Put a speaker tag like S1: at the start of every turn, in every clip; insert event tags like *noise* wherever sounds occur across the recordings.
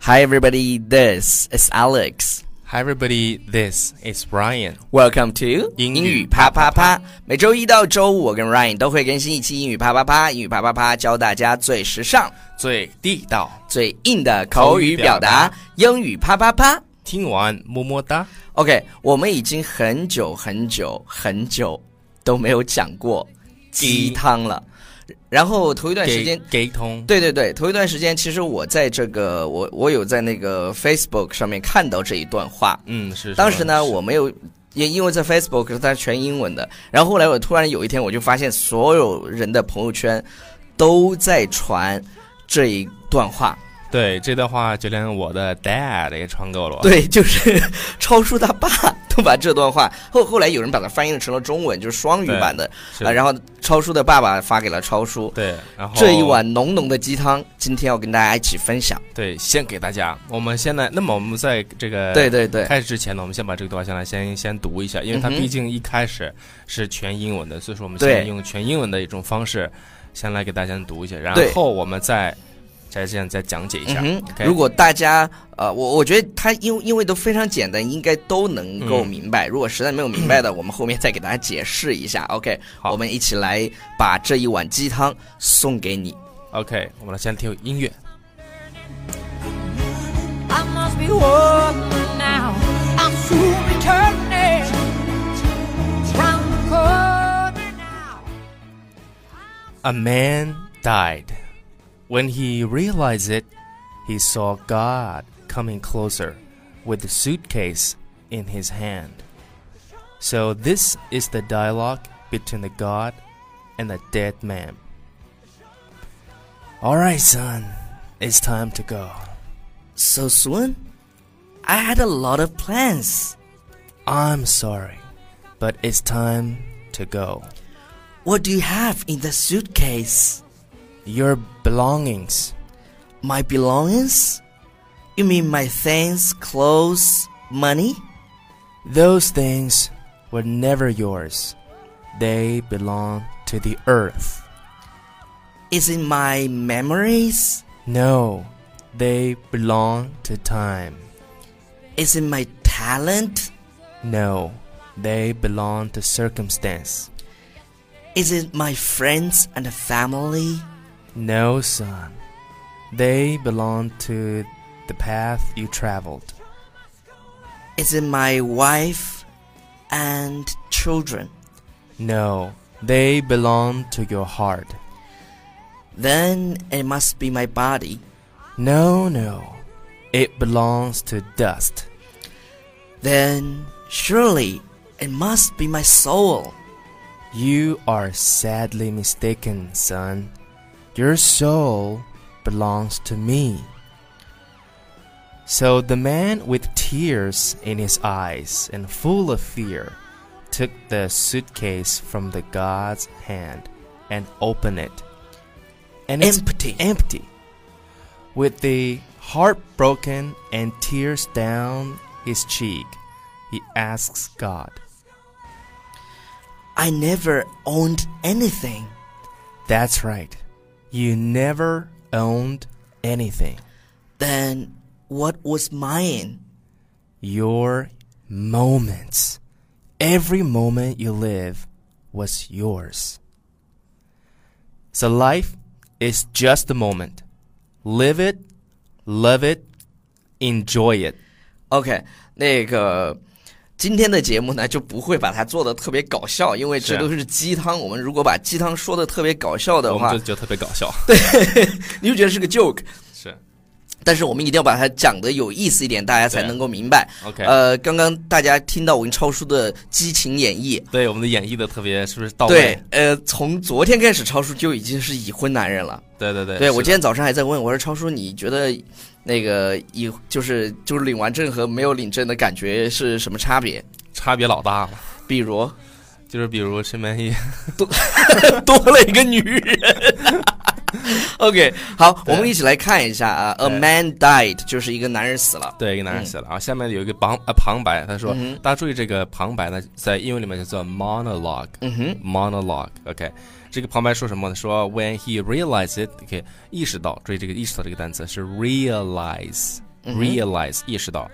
S1: Hi, everybody. This is Alex.
S2: Hi everybody, this is Ryan。
S1: Welcome to
S2: 英语
S1: 英语啪啪啪。每周一到周五，我跟 Ryan 都会更新一期英语啪啪啪。英语啪啪啪教大家最时尚、
S2: 最地道，
S1: 最硬的口语表达。英语啪啪啪。
S2: 听完么么哒。
S1: OK，我们已经很久很久很久都没有讲过鸡
S2: 鸡
S1: 汤了。然后头一段时间
S2: 给给通，
S1: 对对对，头一段时间，其实我在这个我我有在那个 Facebook 上面看到这一段话。
S2: 嗯是。
S1: 当时呢，
S2: 是
S1: 我没有，因因为在 Facebook 是它全英文的。然后后来我突然有一天，我就发现所有人的朋友圈都在传这一段话。
S2: 对这段话，就连我的 dad 也传给我了。，
S1: 对，就是超叔他爸 *laughs* 都把这段话后后来有人把它翻译成了中文，就是双语
S2: 对哦
S1: 版的
S2: 是
S1: 啊。然后超叔的爸爸发给了超叔。
S2: 对，然后
S1: 这一碗浓浓的鸡汤，今天要跟大家一起分享。
S2: 对先给大家。我们现在，那么我们在这个
S1: 对对对，
S2: 开始之前呢，我们先把这个段话先来先先读一下，因为它
S1: 嗯哼
S2: 毕竟一开始是全英文的，所以说我们
S1: 对
S2: 先用全英文的一种方式先来给大家读一下，然
S1: 对
S2: 后我们再再这样再讲解一下。
S1: 嗯哼
S2: OK
S1: 如果大家呃，我我觉得它因为因为都非常简单，应该都能够
S2: 嗯
S1: 明白。如果实在没有明白的，我们后面再给大家解释一下。OK，
S2: 好
S1: 我们一起来把这一碗鸡汤送给你。
S2: OK，我们来先听音乐。
S3: I must be walking now. I'm soon returning round the corner now.
S2: A man died. When he realized it, he saw God coming closer with a suitcase in his hand. So, this is the dialogue between the God and the dead man. Alright, son, it's time to go.
S1: So soon, I had a lot of plans.
S2: I'm sorry, but it's time to go.
S1: What do you have in the suitcase?
S2: Your belongings.
S1: My belongings? You mean my things, clothes, money?
S2: Those things were never yours. They belong to the earth.
S1: Is it my memories?
S2: No, they belong to time.
S1: Is it my talent?
S2: No, they belong to circumstance.
S1: Is it my friends and family?
S2: No, son. They belong to the path you traveled.
S1: Is it my wife and children?
S2: No, they belong to your heart.
S1: Then it must be my body.
S2: No, no. It belongs to dust.
S1: Then surely it must be my soul.
S2: You are sadly mistaken, son. Your soul belongs to me. So the man, with tears in his eyes and full of fear, took the suitcase from the god's hand and opened it. And it's
S1: Empty.
S2: Empty. With the heartbroken and tears down his cheek, he asks God.
S1: I never owned anything.
S2: That's right. You never owned anything.
S1: Then what was mine?
S2: Your moments. Every moment you live was yours. So life is just a moment. Live it, love it, enjoy it.
S1: OK，那个今天的节目呢，就不会把它做的特别搞笑，因为这
S2: 是
S1: 都是鸡汤。我们如果把鸡汤说的特别搞笑的话，
S2: *laughs* 我们就觉得特别搞笑。对，
S1: 你就觉得是个 joke。但是我们一定要把它讲的有意思一点，大家才
S2: 对
S1: 能够明白。
S2: OK
S1: 呃，刚刚大家听到我跟超叔的激情演绎，对，呃，从昨天开始，超叔就已经是已婚男人了。
S2: 对，对，对，
S1: 对我今天早上还在问我说，超叔，你觉得那个已就是 *laughs* 就是领完证和没有领证的感觉是什么差别？比
S2: *laughs*
S1: 如多了一个女人。OK，好，我们一起来看一下啊，A
S2: 对
S1: man died，就是一个男人死了。
S2: 对，一个男人写了啊。下面有一个旁呃旁白，他说，
S1: 嗯
S2: 大家注意这个旁白呢，在英文里面叫做 monologue，
S1: 嗯哼，
S2: monologue。OK，这个旁白说什么呢？说 When he realized it，OK，、意识到，注意这个意识到这个单词是 realize，
S1: 嗯
S2: realize 意识到。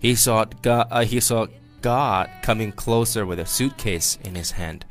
S2: He saw God. Uh, he saw God coming closer with a suitcase in his hand.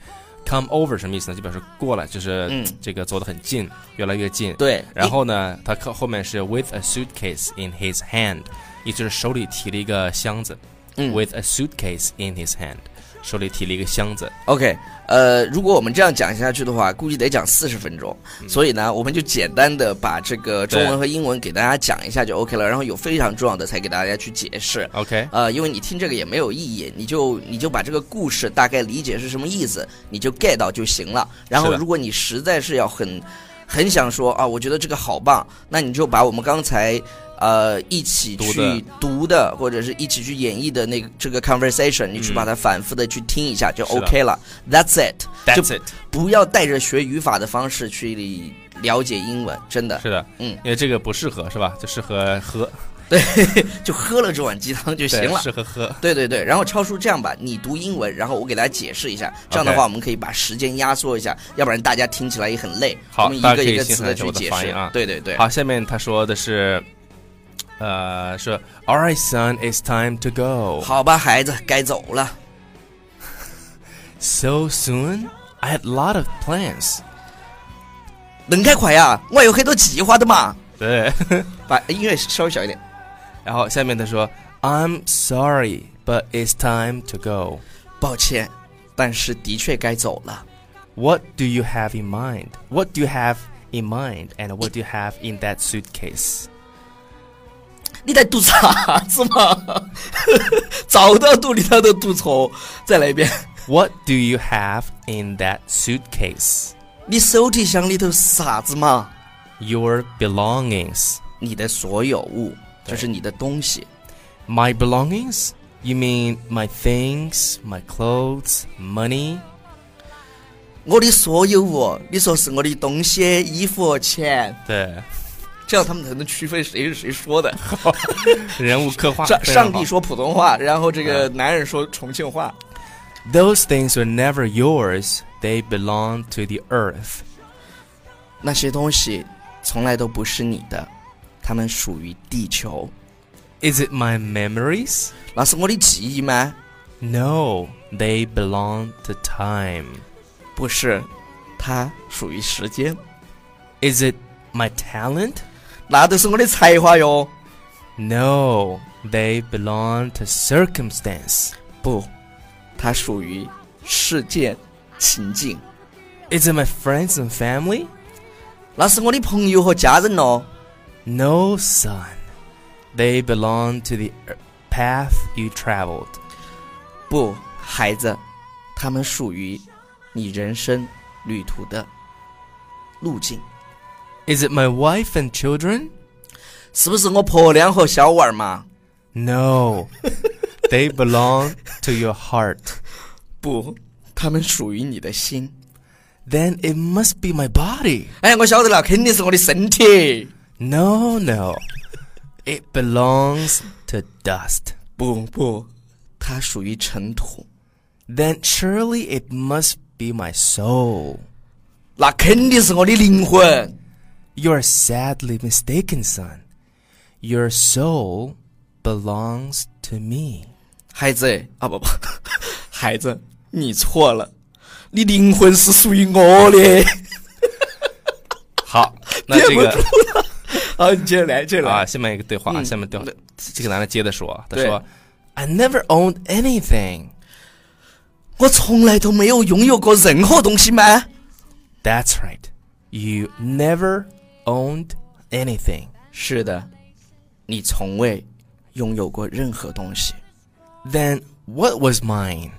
S2: Come over 什么意思呢？就表示过来，就是
S1: 嗯
S2: 这个走得很近，越来越近。
S1: 对，
S2: 然后呢，他后后面是 with a suitcase in his hand，也就是手里提了一个箱子。
S1: 嗯
S2: with a suitcase in his hand，手里提了一个箱子。
S1: OK，呃，如果我们这样讲下去的话，估计得讲四十分钟。所以呢，我们就简单的把这个中文和英文给大家讲一下就 OK 了，然后有非常重要的才给大家去解释。
S2: OK，
S1: 呃，因为你听这个也没有意义，你就你就把这个故事大概理解是什么意思，你就 get 到就行了。然
S2: 是
S1: 后，
S2: 的
S1: 如果你实在是要很很想说啊，我觉得这个好棒，那你就把我们刚才呃一起
S2: 读
S1: 去
S2: 的
S1: 读的，或者是一起去演绎的那个这个 conversation，你去
S2: 嗯
S1: 把它反复的去听一下就是
S2: 的
S1: OK 了。That's it，就
S2: That's it。
S1: 不要带着学语法的方式去了解英文，真的
S2: 是的，
S1: 嗯
S2: 因为这个不适合是吧？就适合喝
S1: 就喝了这碗鸡汤就
S2: 对
S1: 行了。
S2: 适合喝。
S1: 对对对，然后超叔这样吧，你读英文，然后我给大家解释一下，这样的
S2: OK
S1: 话我们可以把时间压缩一下，要不然大家听起来也很累。
S2: 好
S1: 我们一
S2: 大家
S1: 个
S2: 可以
S1: 一个
S2: 欣
S1: 词
S2: 赏
S1: 的
S2: 一下
S1: 去
S2: 我的
S1: 解
S2: 发
S1: 释
S2: 音啊
S1: 对对对，
S2: 好，下面他说的是，呃，说 All right, son, it's time to go.
S1: 好吧，孩子，该走了。
S2: So soon, I had a lot of plans.
S1: 恁开快呀，我有很多计划的嘛。
S2: 对， *laughs*
S1: 把音乐稍微小一点。
S2: 然后下面他说 I'm sorry, but it's time to go.
S1: 抱歉，但是的确该走了。
S2: What do you have in mind? What do you have in mind? And what do you have in that suitcase?
S1: 你在读啥子啊嘛？ *laughs* 找到肚里头的毒虫，再来一遍。
S2: What do you have in that suitcase?
S1: 你手提箱里头是啥子嘛？
S2: Your belongings.
S1: 你的所有物，就是你的东西。
S2: My belongings? You mean my things, my clothes, money?
S1: 我的所有物，你说是我的东西、衣服、钱，
S2: *laughs* 对，
S1: 这样他们才能区分谁是谁说的。
S2: 人物刻画。
S1: *laughs* 上上帝说普通话，然后这个男人说重庆话。
S2: Those things were never yours. They belong to the earth.
S1: 那些东西从来都不是你的，它们属于地球。
S2: Is it my memories?
S1: 那是我的记忆吗？
S2: No, they belong to time.
S1: 不是，它属于时间。
S2: Is it my talent?
S1: 那都是我的才华哟。
S2: No, they belong to circumstance.
S1: 不，它属于事件、情境。
S2: Is it my friends and family?
S1: 那是我的朋友和家人哦咯。
S2: No, son. They belong to the er- path you traveled.
S1: 不，孩子，他们属于你人生旅途的路径。
S2: Is it my wife and children?
S1: 是不是我婆娘和小娃儿嘛？
S2: No. they belong to your heart.
S1: 不，他们属于你的心。
S2: Then it must be my body.
S1: 哎，我晓得了，肯定是我的身体。
S2: No, no. It belongs to dust.
S1: 不不，它属于尘土。
S2: Then surely it must be my soul.
S1: 那肯定是我的灵魂。
S2: You're sadly mistaken, son. Your soul belongs to me.
S1: 孩子，啊不不，孩子，你错了，你灵魂是属于我的。 *laughs*
S2: *laughs* 好，那这个
S1: 好，你接着来，接着
S2: 啊，
S1: 来。
S2: 下面一个对话，啊，
S1: 嗯
S2: 下面对话
S1: 对，
S2: 这个男的接着说，他
S1: 对
S2: 说：“I never owned anything.
S1: 我从来都没有拥有过任何东西吗？
S2: That's right. You never owned anything.
S1: 是的，你从未拥有过任何东西。
S2: Then what was mine?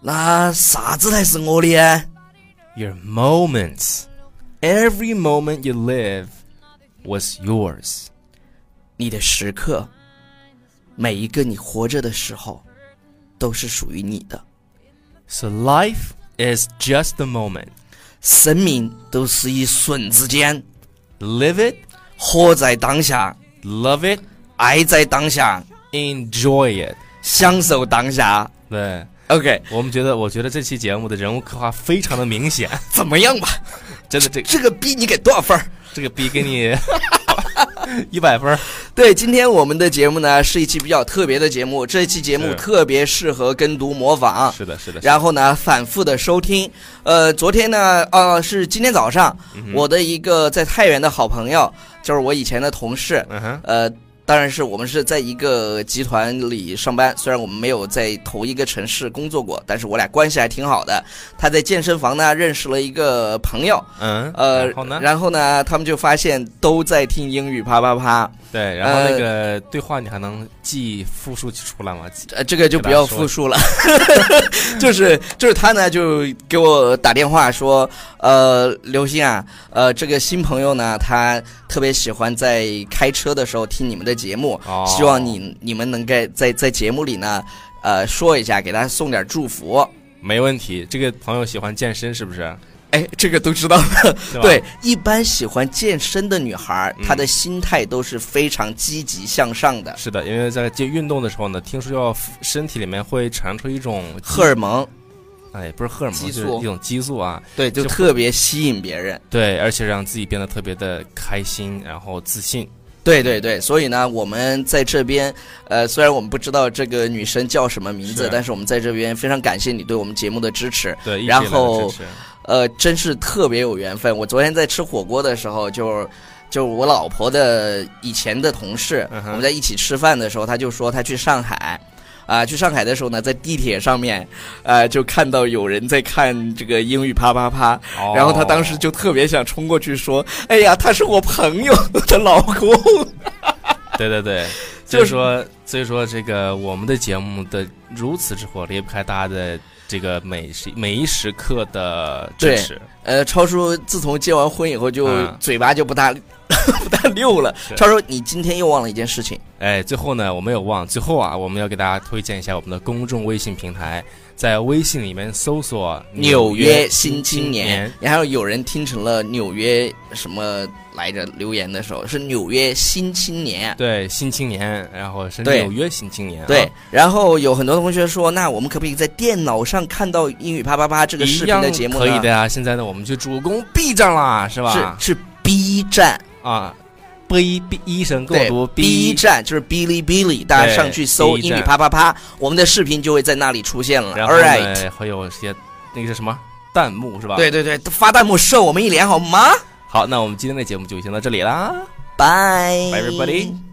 S1: 那啥子才是我的啊？
S2: Your moments. Every moment you live was yours.
S1: 你的时刻，每一个你活着的时候，都是属于你的。
S2: So life is just the moment.
S1: 生命都是一瞬之间，
S2: Live it,
S1: 活在当下，
S2: love it,
S1: 爱在当下，
S2: enjoy it.”
S1: 享受当下。
S2: 对。
S1: OK，
S2: 我们觉得，我觉得这期节目的人物刻画非常的明显， *laughs*
S1: 怎么样吧？
S2: 真的，这
S1: 这个逼你给多少分儿？
S2: 这个逼给你 *laughs* 一百分儿。
S1: 对，今天我们的节目呢是一期比较特别的节目，这一期节目
S2: 是
S1: 特别适合跟读模仿，
S2: 是的，是的。
S1: 然后呢反复的收听。呃，昨天呢，呃，是今天早上，
S2: 嗯哼
S1: 我的一个在太原的好朋友，就是我以前的同事，
S2: 嗯哼，
S1: 呃，当然是我们是在一个集团里上班，虽然我们没有在同一个城市工作过，但是我俩关系还挺好的。他在健身房呢认识了一个朋友，
S2: 嗯，
S1: 呃，
S2: 然后呢？
S1: 然后呢他们就发现都在听英语啪啪啪，
S2: 对，然后那个对话你还能记复数出来吗？记
S1: 呃，这个就不要复述了。 *laughs* 就是就是他呢就给我打电话说，呃，刘星啊，呃，这个新朋友呢他特别喜欢在开车的时候听你们的节目，
S2: 哦，
S1: 希望你你们能在在在节目里呢，呃，说一下，给大家送点祝福。
S2: 没问题。这个朋友喜欢健身是不是？
S1: 哎，这个都知道。
S2: 是吧
S1: 对，一般喜欢健身的女孩儿，
S2: 嗯
S1: 她的心态都是非常积极向上的，
S2: 是的，因为在就运动的时候呢，听说要身体里面会产出一种
S1: 荷尔蒙，
S2: 哎，不是荷尔蒙，
S1: 激
S2: 就是
S1: 素
S2: 一种激素啊，
S1: 对，就
S2: 就
S1: 特别吸引别人。
S2: 对，而且让自己变得特别的开心，然后自信。
S1: 对对对，所以呢，我们在这边，呃，虽然我们不知道这个女生叫什么名字，
S2: 是
S1: 但是我们在这边非常感谢你对我们节目的支持。
S2: 对，一直以来
S1: 然
S2: 的
S1: 后
S2: 支持
S1: 呃，真是特别有缘分。我昨天在吃火锅的时候，就就我老婆的以前的同事，
S2: 嗯哼
S1: 我们在一起吃饭的时候，她就说她去上海。啊，去上海的时候呢，在地铁上面，呃，就看到有人在看这个英语啪啪啪，
S2: 哦
S1: 然后她当时就特别想冲过去说：“哎呀，他是我朋友的老公。
S2: 对对对，
S1: *laughs* 就
S2: 就是是说，所以说这个我们的节目的如此之火，离不开大家的这个每时每一时刻的支持。”
S1: 呃，超叔自从结完婚以后，就
S2: 嗯
S1: 嘴巴就不大、 *laughs* 不大溜了。超叔，你今天又忘了一件事情。
S2: 哎，最后呢，我没有忘，最后啊，我们要给大家推荐一下我们的公众微信平台，在微信里面搜索“
S1: 纽约
S2: 约
S1: 新青
S2: 青
S1: 年，然后有人听成了纽约什么来着？留言的时候是纽约新青”，年，
S2: 对，新青年，然后是
S1: 对
S2: 纽约新青年、啊，
S1: 对。然后有很多同学说，那我们可不可以在电脑上看到英语啪啪啪这个
S2: 一
S1: 视频
S2: 样
S1: 的节目呢？
S2: 可以的呀、现在呢，我们去主攻 B 站啦，是吧？
S1: 是是 B 站，
S2: 啊，B B 医生跟我
S1: 对
S2: 读
S1: B 站就是哔哩哔哩，大家上去搜
S2: 对
S1: 英语
S2: B 站
S1: 啪啪啪，我们的视频就会在那里出现了。
S2: 然后
S1: All right，
S2: 呢，会有一些那个是什么弹幕是吧？
S1: 对。对对，发弹幕射我们一脸好吗？
S2: 好，那我们今天的节目就先到这里啦。
S1: 拜
S2: Bye everybody